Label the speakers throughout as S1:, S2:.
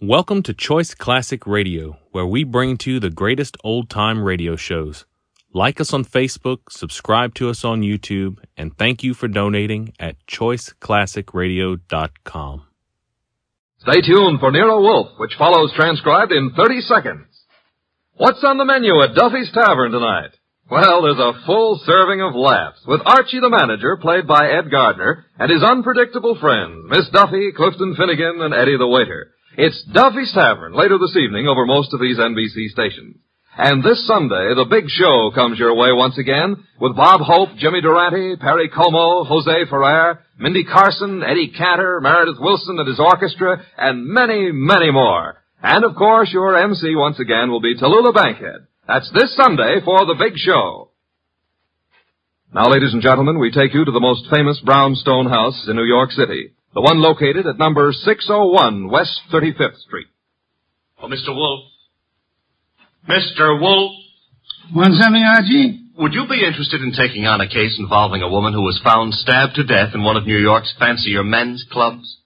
S1: Welcome to Choice Classic Radio, where we bring to you the greatest old time radio shows. Like us on Facebook, subscribe to us on YouTube, and thank you for donating at choiceclassicradio.com.
S2: Stay tuned for Nero Wolf, which follows transcribed in 30 seconds. What's on the menu at Duffy's Tavern tonight? Well, there's a full serving of laughs with Archie the manager, played by Ed Gardner, and his unpredictable friends, Miss Duffy, Clifton Finnegan, and Eddie the waiter. It's Duffy's Tavern later this evening over most of these NBC stations. And this Sunday, the big show comes your way once again with Bob Hope, Jimmy Durante, Perry Como, Jose Ferrer, Mindy Carson, Eddie Cantor, Meredith Wilson and his orchestra, and many, many more. And of course, your MC once again will be Tallulah Bankhead. That's this Sunday for the big show. Now, ladies and gentlemen, we take you to the most famous brownstone house in New York City, the one located at number 601 West 35th Street.
S3: Oh, Mr. Wolf. Mr. Wolf,
S4: Want something, Archie?
S3: would you be interested in taking on a case involving a woman who was found stabbed to death in one of New York's fancier men's clubs?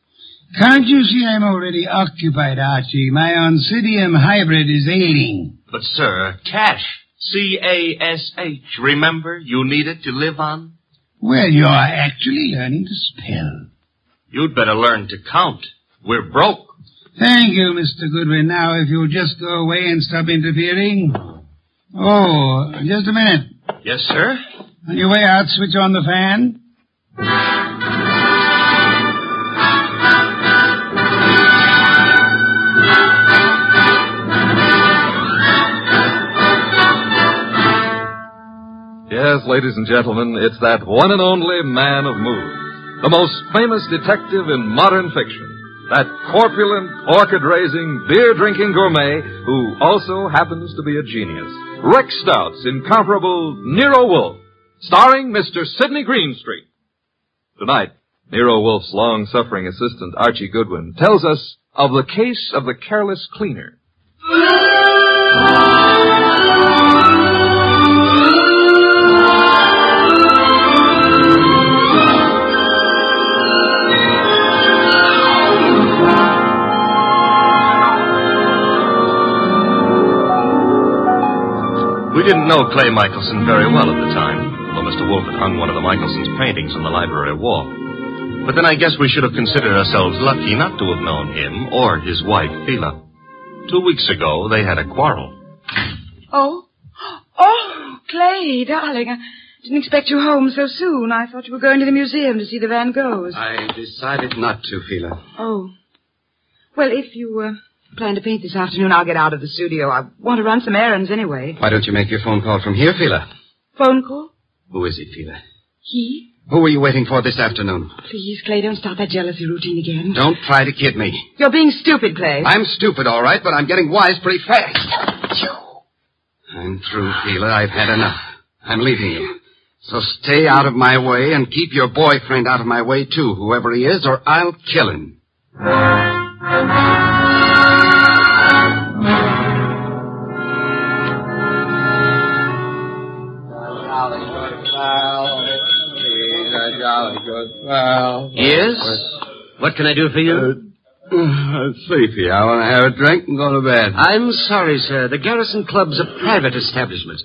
S4: Can't you see I'm already occupied, Archie? My Oncidium hybrid is ailing.
S3: But, sir, cash. C-A-S-H. Remember, you need it to live on.
S4: Well, you're actually learning to spell.
S3: You'd better learn to count. We're broke.
S4: Thank you, Mr. Goodwin. Now, if you'll just go away and stop interfering. Oh, just a minute.
S3: Yes, sir?
S4: On your way out, switch on the fan.
S2: Yes, ladies and gentlemen, it's that one and only man of moves, the most famous detective in modern fiction, that corpulent, orchid-raising, beer-drinking gourmet who also happens to be a genius, Rex Stout's incomparable Nero Wolfe, starring Mr. Sidney Greenstreet. Tonight, Nero Wolfe's long-suffering assistant, Archie Goodwin, tells us of the case of the careless cleaner.
S3: We didn't know Clay Michelson very well at the time, although Mr. Wolf had hung one of the Michelson's paintings on the library wall. But then I guess we should have considered ourselves lucky not to have known him or his wife, Phila. Two weeks ago, they had a quarrel.
S5: Oh? Oh, Clay, darling. I didn't expect you home so soon. I thought you were going to the museum to see the Van Goghs.
S6: I decided not to, Phila.
S5: Oh. Well, if you uh, plan to paint this afternoon, I'll get out of the studio. I want to run some errands anyway.
S6: Why don't you make your phone call from here, Phila?
S5: Phone call?
S6: Who is it, Phila?
S5: He?
S6: Who were you waiting for this afternoon?
S5: Please, Clay, don't start that jealousy routine again.
S6: Don't try to kid me.
S5: You're being stupid, Clay.
S6: I'm stupid, all right, but I'm getting wise pretty fast. I'm through, Phila. I've had enough. I'm leaving you. So stay out of my way and keep your boyfriend out of my way, too, whoever he is, or I'll kill him.
S4: Jolly good pal. He's a jolly good pal.
S6: Yes? What can I do for
S4: Uh,
S6: you?
S4: sleepy. I want to have a drink and go to bed.
S6: I'm sorry, sir. The Garrison Club's a private establishment.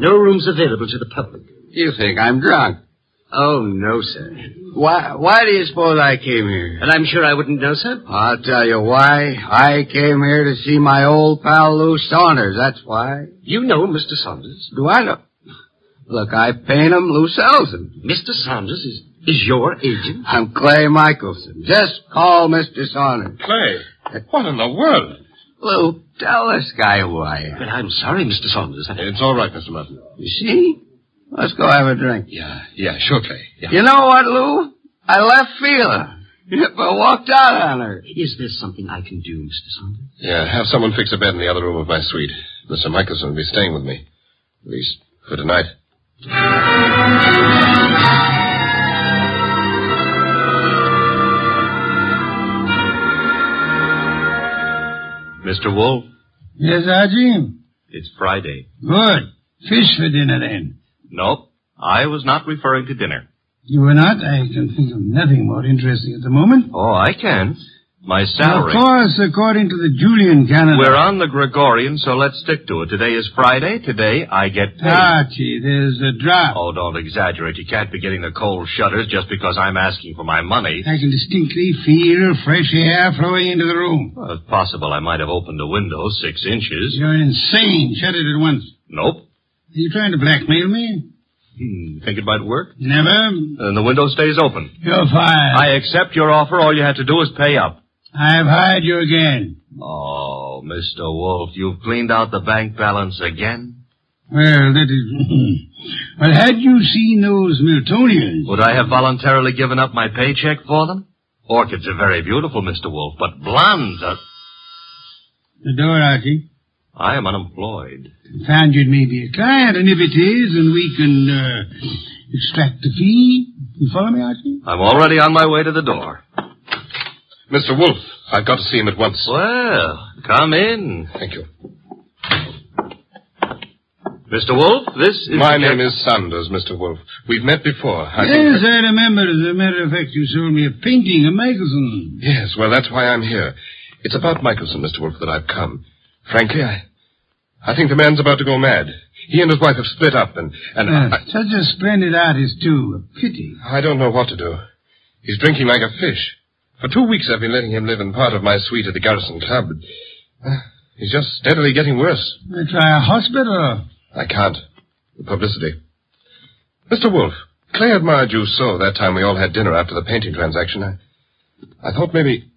S6: No rooms available to the public.
S4: You think I'm drunk?
S6: Oh, no, sir.
S4: Why, why do you suppose I came here?
S6: And I'm sure I wouldn't know, sir.
S4: I'll tell you why. I came here to see my old pal Lou Saunders, that's why.
S6: You know Mr. Saunders.
S4: Do I know? Look, I paint 'em, Lou sells 'em.
S6: Mr. Saunders is, is your agent.
S4: I'm Clay Michelson. Just call Mr. Saunders.
S7: Clay, what in the world?
S4: Lou, tell this guy who I am.
S6: But I'm sorry, Mr. Saunders.
S7: It's all right, Mr. Martin.
S4: You see? Let's go have a drink.
S7: Yeah, yeah, sure, Clay. Yeah.
S4: You know what, Lou? I left Fila. If I walked out on her.
S6: Is there something I can do, Mr. Saunders?
S7: yeah, have someone fix a bed in the other room of my suite. Mr. Michelson will be staying with me. At least for tonight.
S3: Mr. Wolf,
S4: Yes, Archie?
S3: it's Friday.
S4: Good. Fish for dinner, then.
S3: Nope, I was not referring to dinner.
S4: You were not? I can think of nothing more interesting at the moment.
S3: Oh, I can.
S2: My salary.
S4: Of course, according to the Julian calendar.
S2: We're on the Gregorian, so let's stick to it. Today is Friday. Today I get paid.
S4: Ah, Archie, there's a drop.
S2: Oh, don't exaggerate. You can't be getting the cold shudders just because I'm asking for my money.
S4: I can distinctly feel fresh air flowing into the room.
S2: Well, it's possible I might have opened the window six inches.
S4: You're insane. Shut it at once.
S2: Nope.
S4: Are you trying to blackmail me?
S2: Hmm, think it might work?
S4: Never.
S2: And the window stays open.
S4: You're fired.
S2: I accept your offer. All you have to do is pay up.
S4: I've hired you again.
S2: Oh, Mr. Wolf, you've cleaned out the bank balance again?
S4: Well, that is. well, had you seen those Miltonians?
S2: Would I have voluntarily given up my paycheck for them? Orchids are very beautiful, Mr. Wolf, but blondes are...
S4: The door, Archie.
S2: I am unemployed.
S4: Found you'd maybe a client, and if it is, and we can uh, extract the fee. You follow me, Archie?
S2: I'm already on my way to the door.
S8: Mr. Wolf, I've got to see him at once.
S2: Well, come in.
S8: Thank you.
S2: Mr. Wolf, this is...
S8: My
S2: the-
S8: name is Sanders, Mr. Wolf. We've met before. I think
S4: yes,
S8: that-
S4: I remember. As a matter of fact, you sold me a painting of Michelson.
S8: Yes, well, that's why I'm here. It's about Michelson, Mr. Wolf, that I've come. Frankly, I... I think the man's about to go mad. He and his wife have split up, and... and
S4: Ah, such a splendid artist, too. A pity.
S8: I, I don't know what to do. He's drinking like a fish. For two weeks I've been letting him live in part of my suite at the Garrison Club. Ah, He's just steadily getting worse.
S4: I try a hospital.
S8: I can't. The publicity. Mr. Wolf, Clay admired you so that time we all had dinner after the painting transaction. I, I thought maybe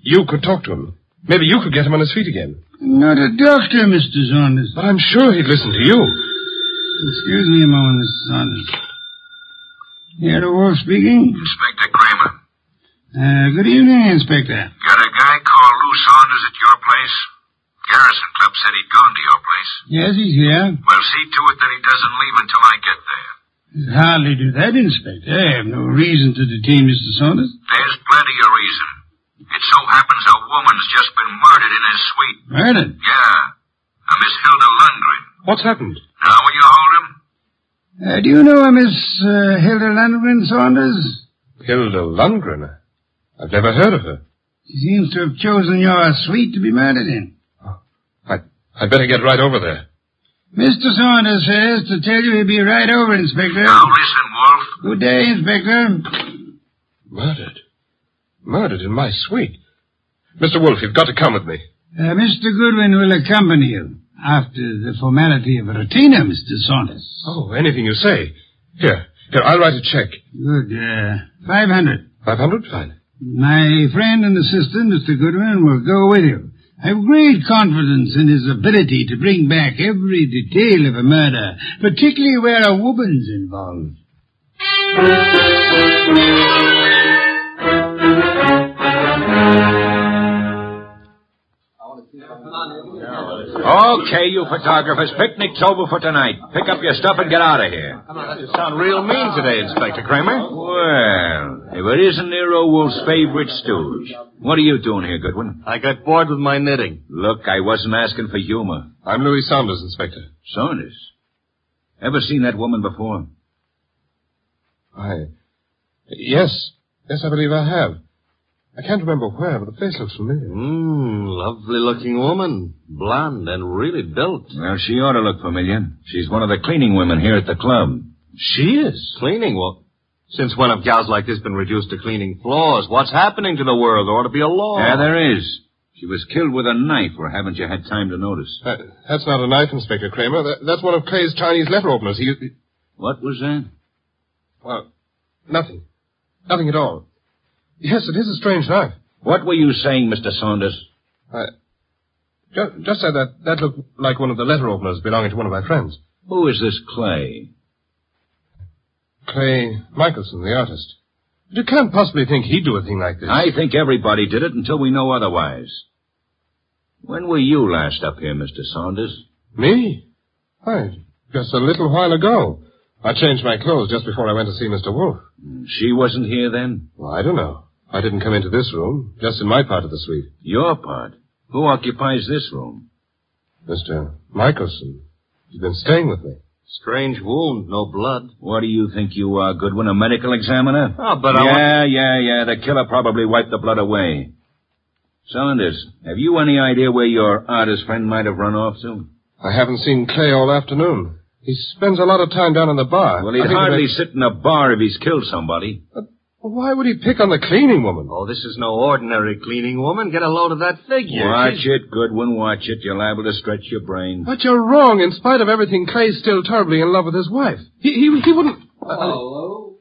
S8: you could talk to him. Maybe you could get him on his feet again.
S4: I'm not a doctor, Mr. Saunders.
S8: But I'm sure he'd listen to you.
S4: Excuse me a moment, Mr. Saunders. Here, the wolf speaking.
S9: Inspector Kramer.
S4: Uh, good evening, Inspector.
S9: Got a guy called Lou Saunders at your place? Garrison Club said he'd gone to your place.
S4: Yes, he's here.
S9: Well, see to it that he doesn't leave until I get there.
S4: I'd hardly do that, Inspector. I have no reason to detain Mr. Saunders.
S9: There's plenty of reason. It so happens a woman's just been murdered in his suite.
S4: Murdered.
S9: Yeah. A Miss Hilda Lundgren.
S8: What's happened?
S9: Now will you hold him?
S4: Uh, do you know a Miss uh, Hilda Lundgren Saunders?
S8: Hilda Lundgren. I've never heard of her.
S4: She seems to have chosen your suite to be murdered in.
S8: I, I'd better get right over there.
S4: Mr. Saunders says to tell you he'll be right over, Inspector.
S9: Now listen, Wolf.
S4: Good day, Inspector.
S8: Murdered? Murdered in my suite? Mr. Wolf, you've got to come with me.
S4: Uh, Mr. Goodwin will accompany you after the formality of a retainer, Mr. Saunders.
S8: Oh, anything you say. Here, here, I'll write a check.
S4: Good. Uh, 500.
S8: Five hundred? Fine.
S4: My friend and assistant, Mr. Goodwin, will go with you. I have great confidence in his ability to bring back every detail of a murder, particularly where a woman's involved.
S9: Okay, you photographers. Picnic's over for tonight. Pick up your stuff and get out of here. You sound real mean today, Inspector Kramer. Well, if it isn't Nero Wolf's favorite stooge. What are you doing here, Goodwin?
S2: I got bored with my knitting.
S9: Look, I wasn't asking for humor.
S8: I'm Louis Saunders, Inspector.
S9: Saunders. Ever seen that woman before?
S8: I. Yes. Yes, I believe I have. I can't remember where, but the face looks familiar.
S2: Mmm, lovely looking woman. Blonde and really built.
S9: Well, she ought to look familiar. She's one of the cleaning women here at the club.
S2: She is. Cleaning wo- Since when have gals like this been reduced to cleaning floors? What's happening to the world? There ought to be a law.
S9: Yeah, there is. She was killed with a knife, or haven't you had time to notice?
S8: That, Uh, that's not a knife, Inspector Kramer. That, that's one of Clay's Chinese letter openers. He. he-
S9: What was that?
S8: Well, nothing. Nothing at all. Yes, it is a strange knife.
S9: What were you saying, Mr. Saunders?
S8: I. Just, just said that that looked like one of the letter openers belonging to one of my friends.
S9: Who is this Clay?
S8: Clay Michelson, the artist. But you can't possibly think he'd do a thing like this.
S9: I think everybody did it until we know otherwise. When were you last up here, Mr. Saunders?
S8: Me? Why, just a little while ago. I changed my clothes just before I went to see Mr. Wolfe.
S9: Hmm, She wasn't here then?
S8: Well, I don't know. I didn't come into this room, just in my part of the suite.
S9: Your part. Who occupies this room?
S8: Mr. Michelson, you've been staying with me.
S2: Strange wound, no blood.
S9: What do you think you are, Goodwin, a medical examiner?
S2: Oh, but
S9: yeah,
S2: I want...
S9: yeah, yeah. The killer probably wiped the blood away.
S10: Saunders, have you any idea where your artist friend might have run off to?
S11: I haven't seen Clay all afternoon. He spends a lot of time down in the bar.
S10: Well, he'd
S11: I think
S10: hardly
S11: that-
S10: sit in a bar if he's killed somebody.
S11: Why would he pick on the cleaning woman?
S2: Oh, this is no ordinary cleaning woman. Get a load of that figure.
S10: Watch
S2: She's-
S10: it, Goodwin, watch it. You're liable to stretch your brain.
S11: But you're wrong. In spite of everything, Clay's still terribly in love with his wife. He he, he wouldn't.
S8: Hello?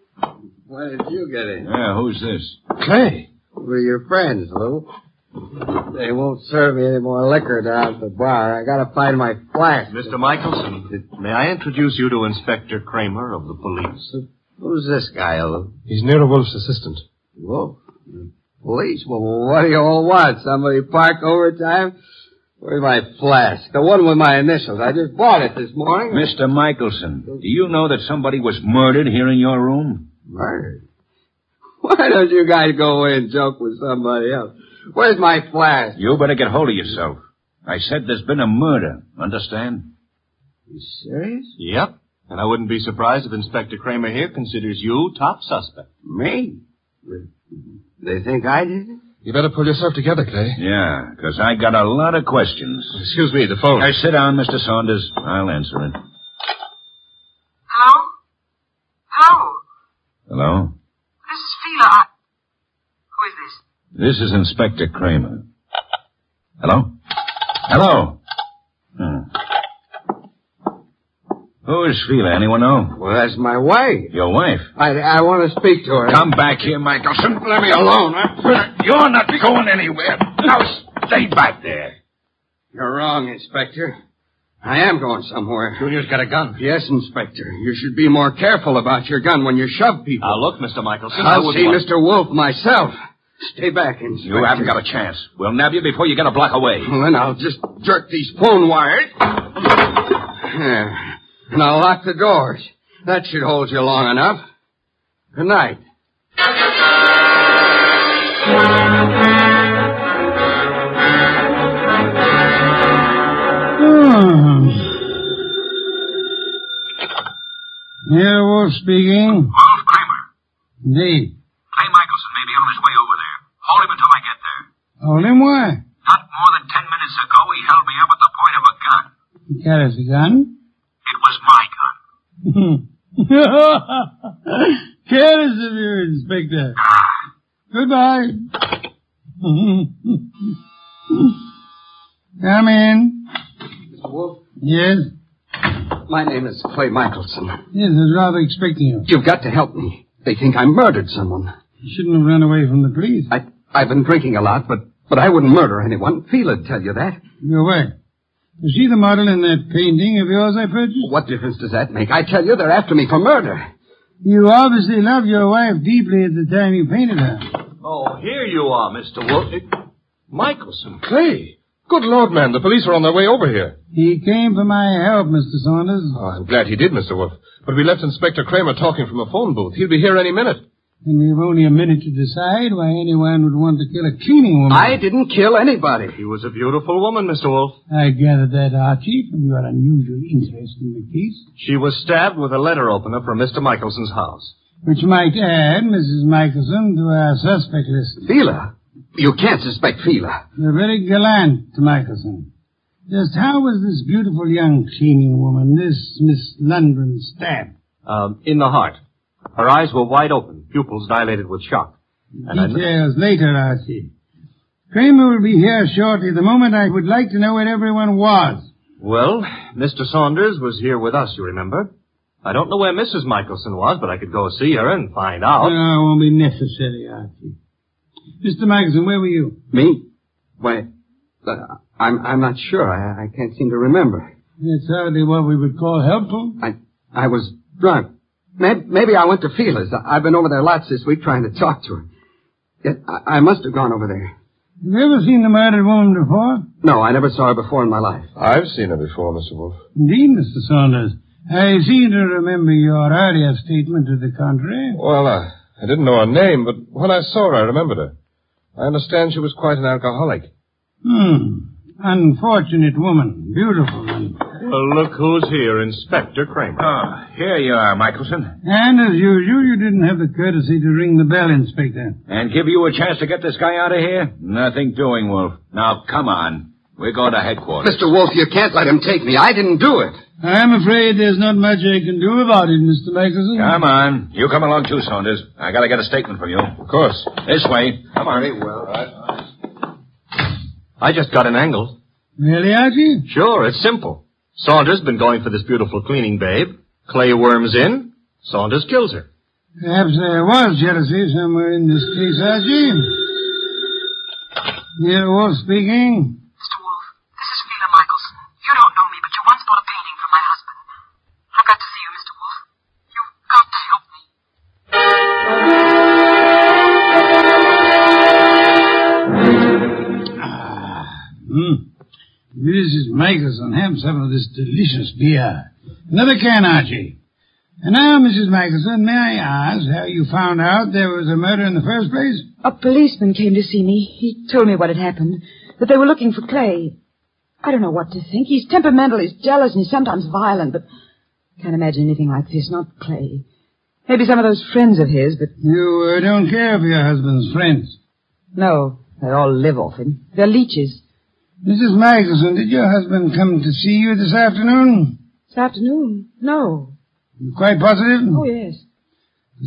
S8: Why did you get in?
S10: Yeah, who's this?
S11: Clay.
S8: We're your friends, Lou. They won't serve me any more liquor down at the bar. I gotta find my flask.
S2: Mr. Michelson, may I introduce you to Inspector Kramer of the police?
S8: Who's this guy, Lou?
S11: He's Nero Wolf's assistant.
S8: Wolf? Police? Well, what do you all want? Somebody park overtime? Where's my flask? The one with my initials. I just bought it this morning.
S10: Mr. Michelson, do you know that somebody was murdered here in your room?
S8: Murdered. Why don't you guys go away and joke with somebody else? Where's my flask?
S10: You better get hold of yourself. I said there's been a murder. Understand?
S8: You serious?
S2: Yep. And I wouldn't be surprised if Inspector Kramer here considers you top suspect.
S8: Me? They think I did it?
S11: You better pull yourself together, Clay.
S10: Yeah, 'cause I got a lot of questions.
S11: Excuse me, the phone.
S10: Now sit down, Mr. Saunders. I'll answer it.
S5: Hello? Hello?
S10: Hello?
S5: This is Fila. I... Who is this?
S10: This is Inspector Kramer. Hello? Hello? Hmm. Who is Fila? Anyone know?
S8: Well, that's my wife.
S10: Your wife.
S8: I, I want to speak to her.
S10: Come back here, Michelson.
S8: let me alone. I'm...
S10: You're not going anywhere. Now stay back there.
S8: You're wrong, Inspector. I am going somewhere.
S2: Junior's got a gun.
S8: Yes, Inspector. You should be more careful about your gun when you shove people.
S2: Now Ah, look, Mr. Michelson, I
S8: I'll
S2: would
S8: see
S2: want-
S8: Mr. Wolf myself. Stay back, Inspector.
S10: You haven't got a chance. We'll nab you before you get a block away.
S8: Well, then I'll just jerk these phone wires. There. And I'll lock the doors. That should hold you long enough. Good night.
S4: Hmm. Yeah, Wolf speaking.
S5: Wolf Kramer.
S4: Indeed.
S5: Clay Michelson may be on his way over there. Hold him until I get there.
S4: Hold him why?
S5: Not more than ten minutes ago, he held me up at the point of a gun.
S4: He carries a gun.
S5: It was my gun.
S4: careless of you, Inspector. Goodbye. Come in.
S8: Mr. Wolf,
S4: Yes.
S8: my name is Clay Michelson.
S4: Yes, I was rather expecting you.
S8: You've got to help me. They think I murdered someone.
S4: You shouldn't have run away from the police.
S8: I, I've been drinking a lot, but, but I wouldn't murder anyone. Fela'd tell you that.
S4: You're away. You see the model in that painting of yours I purchased?
S8: What difference does that make? I tell you, they're after me for murder.
S4: You obviously loved your wife deeply at the time you painted her.
S2: Oh, here you are, Mr. Wolf. Michelson.
S11: Clay. Good Lord, man, the police are on their way over here.
S4: He came for my help, Mr. Saunders.
S11: Oh, I'm glad he did, Mr. Wolf. But we left Inspector Kramer talking from a phone booth. He'll be here any minute.
S4: And we've only a minute to decide why anyone would want to kill a cleaning woman.
S8: I didn't kill anybody.
S2: She was a beautiful woman, Mr. Wolf.
S4: I gathered that, Archie, from your unusual interest in the case.
S2: She was stabbed with a letter opener from Mr. Michelson's house.
S4: Which might add Mrs. Michelson to our suspect list.
S8: Fila? You can't suspect Fila.
S4: You're very gallant to Michelson. Just how was this beautiful young cleaning woman, this Miss Lundgren, stabbed?
S2: Um, in the heart. Her eyes were wide open, pupils dilated with shock. And I kn-
S4: Details later, Archie. Kramer will be here shortly. The moment I would like to know where everyone was.
S2: Well, Mr. Saunders was here with us, you remember. I don't know where Mrs. Michelson was, but I could go see her and find out.
S4: No, it won't be necessary, Archie. Mr. Michelson, where were you?
S8: Me? Why, uh, I'm, I'm not sure. I, I can't seem to remember.
S4: That's hardly what we would call helpful.
S8: I, I was drunk. Maybe, maybe I went to Fila's. I, I've been over there lots this week trying to talk to her. Yet I, I must have gone over there.
S4: Have you ever seen the murdered woman before?
S8: No, I never saw her before in my life.
S11: I've seen her before, Mr. Wolf.
S4: Indeed, Mr. Saunders. I seem to remember your earlier statement to the contrary.
S11: Well, uh, I didn't know her name, but when I saw her, I remembered her. I understand she was quite an alcoholic.
S4: Hmm. Unfortunate woman. Beautiful and
S2: Well, look who's here, Inspector Kramer.
S9: Ah, here you are, Michelson.
S4: And as usual, you didn't have the courtesy to ring the bell, Inspector.
S9: And give you a chance to get this guy out of here? Nothing doing, Wolf. Now, come on. We're going to headquarters.
S6: Mr. Wolf, you can't let him take me. I didn't do it.
S4: I'm afraid there's not much I can do about it, Mr. Michelson.
S9: Come on. You come along too, Saunders. I gotta get a statement from you.
S8: Of course.
S9: This way. Come on.
S2: I just got an angle.
S4: Really, Archie?
S2: Sure, it's simple. Saunders been going for this beautiful cleaning babe. Clay worms in. Saunders kills her.
S4: Perhaps there was jealousy somewhere in this case, Archie. Here, Wolf speaking.
S12: Mr. Wolf, this is Phila Michelson. You don't know me, but you once bought a painting from my husband. I've got to see you, Mr. Wolf. You've got to help me.
S4: Hmm. Mrs. Michelson, have some of this delicious beer. Another can, Archie. And now, Mrs. Michelson, may I ask how you found out there was a murder in the first place?
S5: A policeman came to see me. He told me what had happened, that they were looking for Clay. I don't know what to think. He's temperamental, he's jealous, and he's sometimes violent, but can't imagine anything like this, not Clay. Maybe some of those friends of his, but
S4: You uh, don't care for your husband's friends.
S5: no, they all live off him. They're leeches.
S4: Mrs. Michelson, did your husband come to see you this afternoon?
S5: This afternoon? No.
S4: You quite positive?
S5: Oh, yes.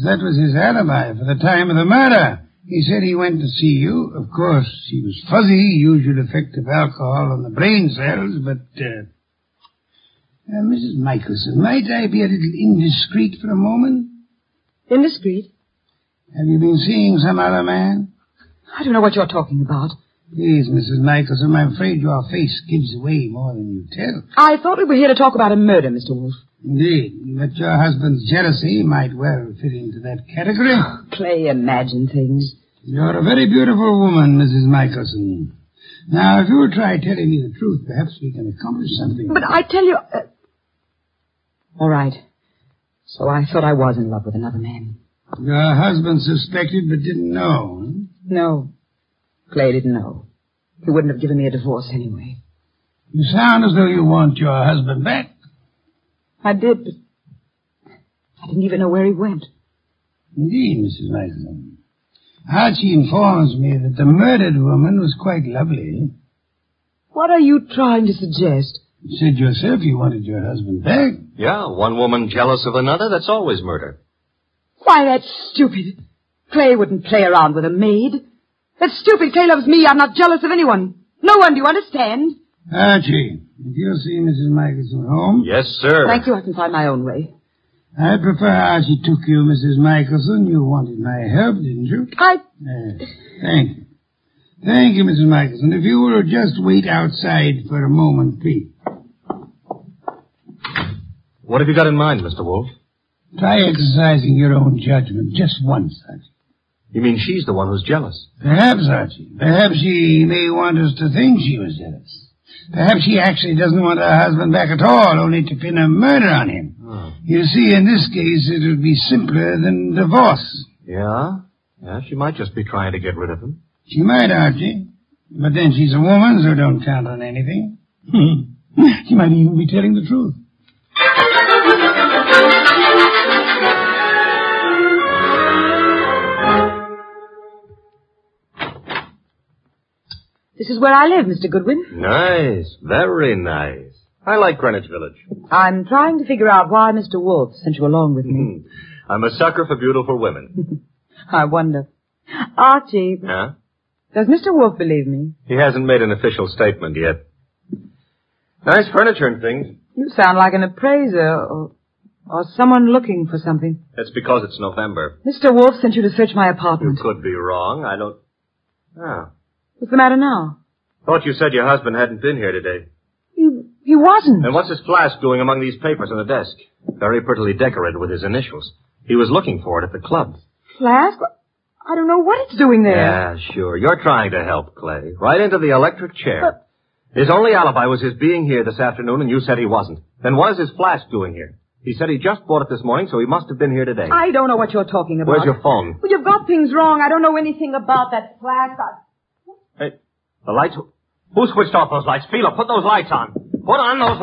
S4: That was his alibi for the time of the murder. He said he went to see you. Of course, he was fuzzy, usual effect of alcohol on the brain cells, but, uh, uh, Mrs. Michelson, might I be a little indiscreet for a moment?
S5: Indiscreet?
S4: Have you been seeing some other man?
S5: I don't know what you're talking about.
S4: Please, Mrs. Michelson, I'm afraid your face gives away more than you tell.
S5: I thought we were here to talk about a murder, Mr. Wolf.
S4: Indeed, but your husband's jealousy might well fit into that category.
S5: Clay imagined things.
S4: You're a very beautiful woman, Mrs. Michelson. Now, if you will try telling me the truth, perhaps we can accomplish something.
S5: But I tell you... Uh... All right. So I thought I was in love with another man.
S4: Your husband suspected but didn't know. hmm?
S5: No. Clay didn't know. He wouldn't have given me a divorce anyway.
S4: You sound as though you want your husband back.
S5: I did, but I didn't even know where he went.
S4: Indeed, Mrs. Michelson. Archie informs me that the murdered woman was quite lovely.
S5: What are you trying to suggest?
S4: You said yourself you wanted your husband back.
S2: Yeah, one woman jealous of another, that's always murder.
S5: Why, that's stupid. Clay wouldn't play around with a maid. That's stupid. Clay loves me. I'm not jealous of anyone. No one, do you understand?
S4: Archie, if you'll see Mrs. Michelson home,
S2: Yes, sir.
S5: Thank you. I can find my own way.
S4: I prefer Archie took you, Mrs. Michelson. You wanted my help, didn't you?
S5: I...
S4: Uh, thank you. Thank you, Mrs. Michelson. If you will just wait outside for a moment, please.
S2: What have you got in mind, Mr. Wolf?
S4: Try exercising your own judgment just once, Archie.
S2: You mean she's the one who's jealous?
S4: Perhaps, Archie. Perhaps she may want us to think she was jealous. Perhaps she actually doesn't want her husband back at all, only to pin a murder on him. You see, in this case, it would be simpler than divorce.
S2: Yeah? Yeah, she might just be trying to get rid of him.
S4: She might, Archie. But then she's a woman, so don't count on anything. Hmm. she might even be telling the truth.
S5: This is where I live, Mr. Goodwin.
S2: Nice. Very nice. I like Greenwich Village.
S5: I'm trying to figure out why Mr. Wolf sent you along with me.
S2: Mm-hmm. I'm a sucker for beautiful women.
S5: I wonder. Archie,
S2: Huh?
S5: does Mr. Wolf believe me?
S2: He hasn't made an official statement yet. Nice furniture and things.
S5: You sound like an appraiser or, or someone looking for something.
S2: That's because it's November.
S5: Mr. Wolf sent you to search my
S2: You
S5: apartment.
S2: could be wrong. I don't. Ah.
S5: What's the matter now?
S2: Thought you said your husband hadn't been here today.
S5: He, he wasn't.
S2: And what's his flask doing among these papers on the desk? Very prettily decorated with his initials. He was looking for it at the club.
S5: Flask? I don't know what it's doing there.
S2: Yeah, sure. You're trying to help, Clay. Right into the electric chair. His only alibi was his being here this afternoon, and you said he wasn't. Then what is his flask doing here? He said he just bought it this morning, so he must have been here today.
S5: I don't know what you're talking about.
S2: Where's your phone?
S5: Well, you've got things wrong. I don't know anything about that flask. I...
S2: Hey, the lights. Who switched off those lights? Fila, put those lights on. Put on those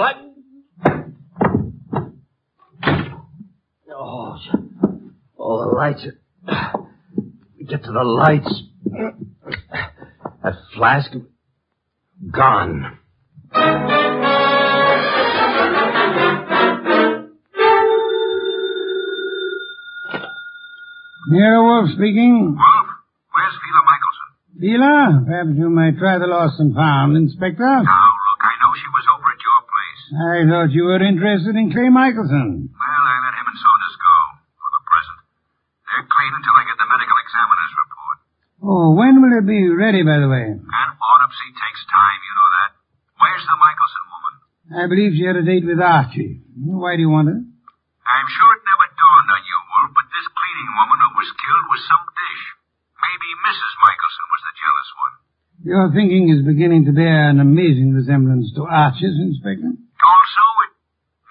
S2: lights.
S13: Oh, all the lights. are- We get to the lights. That flask. Gone.
S4: Nero Wolf speaking.
S12: Wolf, where's Phila Michelson?
S4: Vila, perhaps you might try the lost and found, Inspector.
S12: Now, look, I know she was over at your place.
S4: I thought you were interested in Clay Michelson.
S12: Well, I let him and Saunders go for the present. They're clean until I get the medical examiner's report.
S4: Oh, when will it be ready, by the way?
S12: An autopsy takes time, you know that. Where's the Michelson woman?
S4: I believe she had a date with Archie. Why do you want her?
S12: I'm sure it never dawned on you, Wolf, but this cleaning woman who was killed was some dish. Maybe Mrs. Michelson was the jealous one.
S4: Your thinking is beginning to bear an amazing resemblance to Archie's, Inspector.
S12: Also, it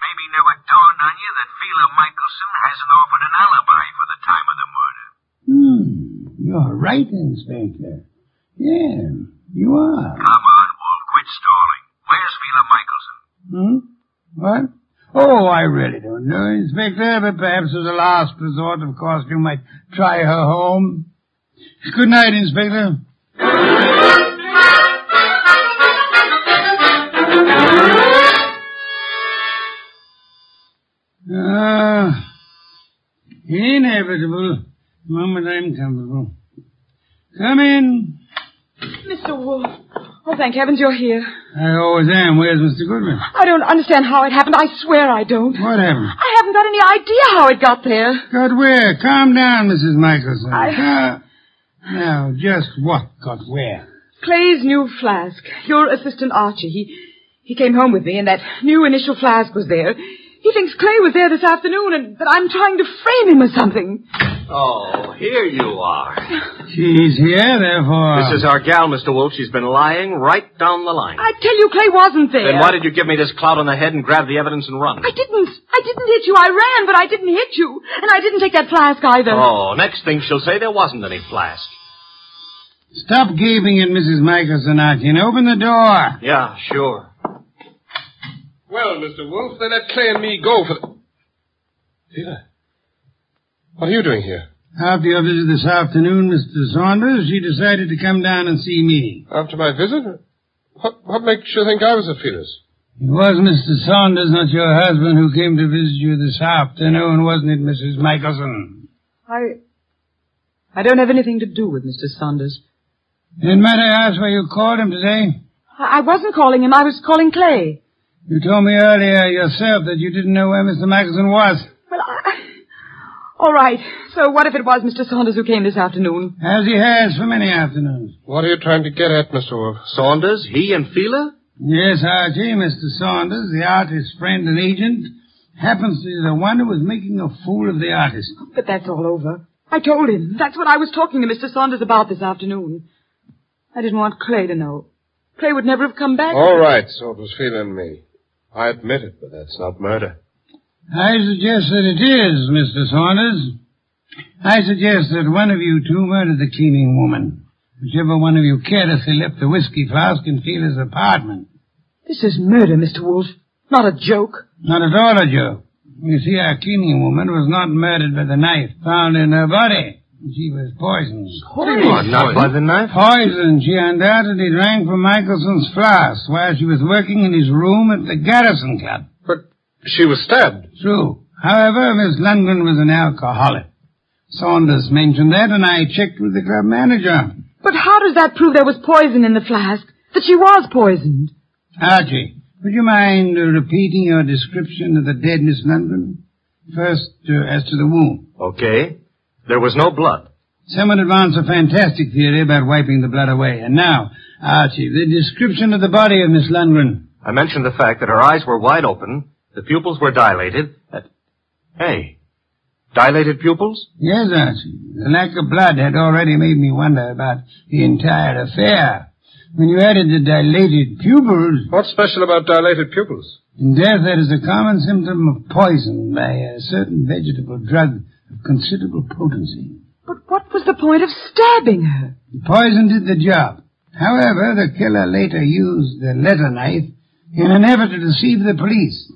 S12: maybe never dawned on you that Phila Michelson hasn't offered an alibi for the time of the murder.
S4: Hmm, you're right, Inspector. Yeah, you are.
S12: Come on, Wolf, quit stalling. Where's Phila Michelson?
S4: Hmm? What? Oh, I really don't know, Inspector, but perhaps as a last resort, of course, you might try her home. Good night, Inspector. Ah, inevitable. The moment I'm comfortable. Come in.
S5: Mr. Wolf. Oh, thank heavens you're here.
S4: I always am. Where's Mr. Goodman?
S5: I don't understand how it happened. I swear I don't.
S4: What happened?
S5: I haven't got any idea how it got there.
S4: Got where? Calm down, Mrs. Michelson.
S5: I-
S4: Cal- Now, just what got where?
S5: Clay's new flask. Your assistant Archie. He he came home with me, and that new initial flask was there. He thinks Clay was there this afternoon, and that I'm trying to frame him or something.
S9: Oh, here you are.
S4: She's here, therefore.
S2: This is our gal, Mr. Wolf. She's been lying right down the line.
S5: I tell you, Clay wasn't there.
S2: Then why did you give me this clout on the head and grab the evidence and run?
S5: I didn't. I didn't hit you. I ran, but I didn't hit you, and I didn't take that flask either.
S2: Oh, next thing she'll say there wasn't any flask.
S4: Stop gaping at Mrs. Michelson, Archie, and open the door.
S2: Yeah, sure.
S8: Well, Mr. Wolf, they let Clay and me go for the... Peter, what are you doing here?
S4: After your visit this afternoon, Mr. Saunders, she decided to come down and see me.
S8: After my visit? What, what makes you think I was a fetus?
S4: It was Mr. Saunders, not your husband, who came to visit you this afternoon, wasn't it, Mrs. Michelson?
S5: I. I don't have anything to do with Mr. Saunders.
S4: And might I ask why you called him today?
S5: I, I wasn't calling him. I was calling Clay.
S4: You told me earlier yourself that you didn't know where Mr. Michelson was.
S5: Well, I. All right. So what if it was Mr. Saunders who came this afternoon?
S4: As he has for many afternoons.
S8: What are you trying to get at, Mr. Wolf?
S2: Saunders, he and Fila?
S4: Yes, Archie, Mr. Saunders, the artist's friend and agent, happens to be the one who was making a fool of the artist.
S5: But that's all over. I told him. That's what I was talking to Mr. Saunders about this afternoon. I didn't want Clay to know. Clay would never have come back.
S8: All right, so it was Fila and me. I admit it, but that's not murder.
S4: I suggest that it is, Mr. Saunders. I suggest that one of you two murdered the cleaning woman. Whichever one of you carelessly left the whiskey flask in Feeler's apartment.
S5: This is murder, Mr. Wolf. Not a joke.
S4: Not at all a joke. You see, our cleaning woman was not murdered by the knife found in her body. She was poisoned.
S2: Not by the knife?
S4: Poison she undoubtedly drank from Michelson's flask while she was working in his room at the Garrison Club.
S8: But she was stabbed.
S4: True. However, Miss Lundgren was an alcoholic. Saunders mentioned that, and I checked with the club manager.
S5: But how does that prove there was poison in the flask? That she was poisoned?
S4: Archie, would you mind uh, repeating your description of the dead Miss Lundgren? First, uh, as to the wound.
S2: Okay. There was no blood.
S4: Someone advanced a fantastic theory about wiping the blood away. And now, Archie, the description of the body of Miss Lundgren.
S2: I mentioned the fact that her eyes were wide open, the pupils were dilated. That... Hey, dilated pupils?
S4: Yes, Archie. The lack of blood had already made me wonder about the entire affair. When you added the dilated pupils,
S8: What's special about dilated pupils?
S4: in death that is a common symptom of poison by a certain vegetable drug of considerable potency.
S5: But what was the point of stabbing her?
S4: The poison did the job. However, the killer later used the letter knife in an effort to deceive the police.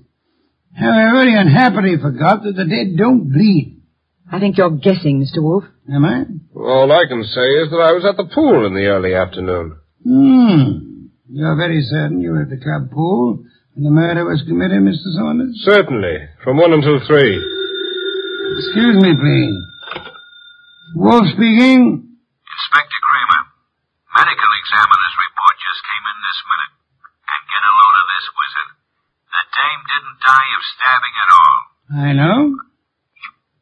S4: However, he unhappily forgot that the dead don't bleed.
S5: I think you're guessing, Mr. Wolfe.
S4: Am I?
S8: All I can say is that I was at the pool in the early afternoon.
S4: Hmm. You're very certain you were at the club pool when the murder was committed, Mr. Saunders?
S8: Certainly, from one until three.
S4: Excuse me, please. Wolf speaking.
S14: Inspector Kramer, medical examiner's report just came in this minute. And get a load of this wizard. The dame didn't die of stabbing at all.
S4: I know.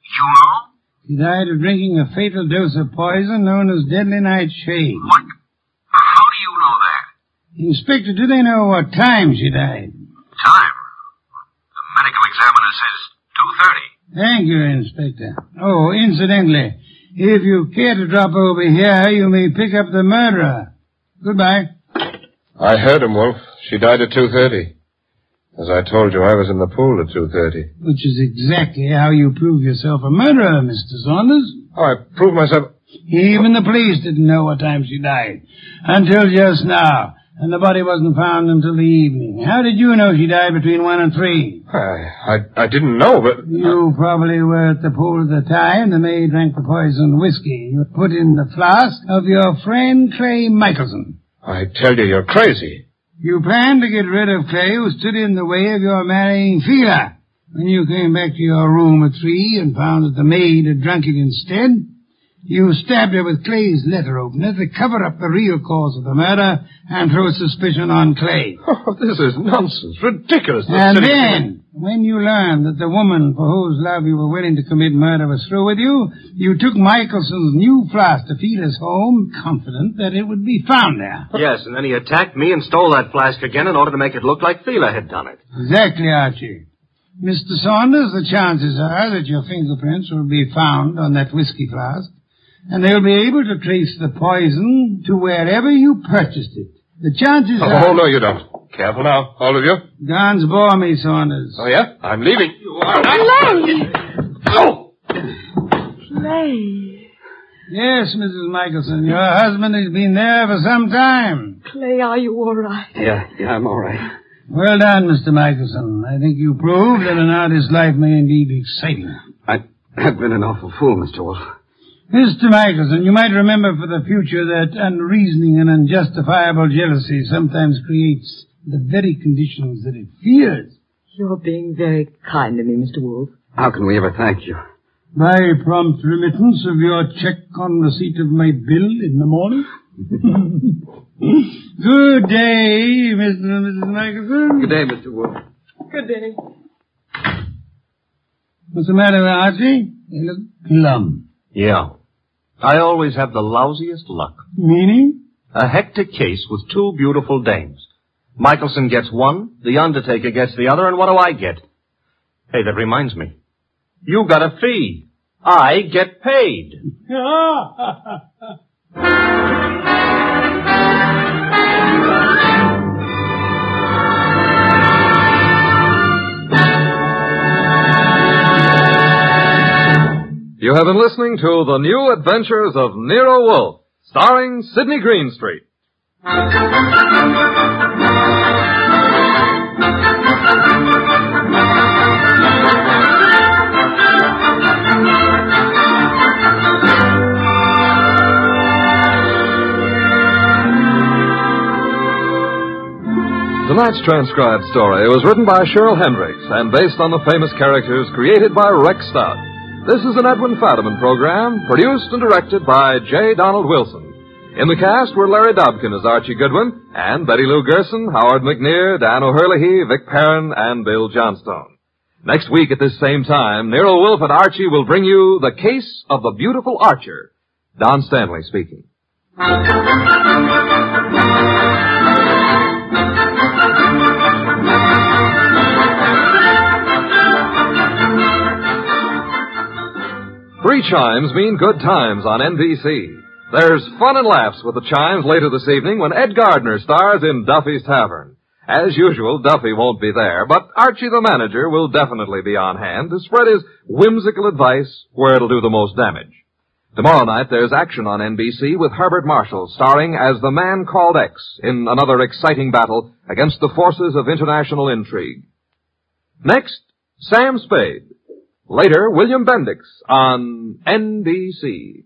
S14: You know?
S4: He died of drinking a fatal dose of poison known as deadly nightshade.
S14: What? How do you know that?
S4: Inspector, do they know what time she died?
S14: Time. The medical examiner says 2.30.
S4: Thank you, Inspector. Oh, incidentally, if you care to drop over here, you may pick up the murderer. Goodbye.
S8: I heard him, Wolf. She died at 2.30. As I told you, I was in the pool at 2.30.
S4: Which is exactly how you prove yourself a murderer, Mr. Saunders.
S8: Oh, I proved myself...
S4: Even the police didn't know what time she died. Until just now. And the body wasn't found until the evening. How did you know she died between one and three?
S8: I, I, I didn't know, but...
S4: You probably were at the pool at the time. The maid drank the poisoned whiskey. You put in the flask of your friend Clay Michelson.
S8: I tell you, you're crazy.
S4: You planned to get rid of Clay, who stood in the way of your marrying Sheila. When you came back to your room at three and found that the maid had drunk it instead, you stabbed her with Clay's letter opener to cover up the real cause of the murder and throw suspicion on Clay.
S8: Oh, this is nonsense. Ridiculous. The
S4: And
S8: city-
S4: then, when you learned that the woman for whose love you were willing to commit murder was through with you, you took Michelson's new flask to Feela's home, confident that it would be found there.
S15: Yes, and then he attacked me and stole that flask again in order to make it look like Thela had done it.
S4: Exactly, Archie. Mr. Saunders, the chances are that your fingerprints will be found on that whiskey flask, and they'll be able to trace the poison to wherever you purchased it. The chances
S8: Oh,
S4: are...
S8: no, you don't. Careful now, all of you.
S4: Guns bore me, Saunders.
S8: Oh, yeah? I'm leaving. Oh!
S5: Clay.
S4: Yes, Mrs. Michelson, your husband has been there for some time.
S5: Clay, are you all right?
S16: Yeah, yeah, I'm all right.
S4: Well done, Mr. Michelson. I think you proved that an artist's life may indeed be exciting.
S16: I, I've been an awful fool, Mr. Wolf.
S4: Mr. Michelson, you might remember for the future that unreasoning and unjustifiable jealousy sometimes creates the very conditions that it fears.
S5: You're being very kind to me, Mr. Wolfe.
S16: How can we ever thank you?
S4: By prompt remittance of your check on receipt of my bill in the morning. Good day, Mr. and Mrs. Michelson.
S16: Good day, Mr. Wolf.
S5: Good day.
S4: What's the matter, Archie? You look glum.
S15: Yeah. I always have the lousiest luck.
S4: Meaning?
S15: A hectic case with two beautiful dames. Michelson gets one, the undertaker gets the other, and what do I get? Hey, that reminds me. You got a fee. I get paid.
S2: You have been listening to The New Adventures of Nero Wolf, starring Sidney Greenstreet. Tonight's transcribed story was written by Cheryl Hendricks and based on the famous characters created by Rex Stout. This is an Edwin Fadiman program, produced and directed by J. Donald Wilson. In the cast were Larry Dobkin as Archie Goodwin, and Betty Lou Gerson, Howard McNear, Dan O'Herlihy, Vic Perrin, and Bill Johnstone. Next week at this same time, Nero Wolfe and Archie will bring you The Case of the Beautiful Archer. Don Stanley speaking. Three chimes mean good times on NBC. There's fun and laughs with the chimes later this evening when Ed Gardner stars in Duffy's Tavern. As usual, Duffy won't be there, but Archie the manager will definitely be on hand to spread his whimsical advice where it'll do the most damage. Tomorrow night there's action on NBC with Herbert Marshall starring as the man called X in another exciting battle against the forces of international intrigue. Next, Sam Spade. Later, William Bendix on NBC.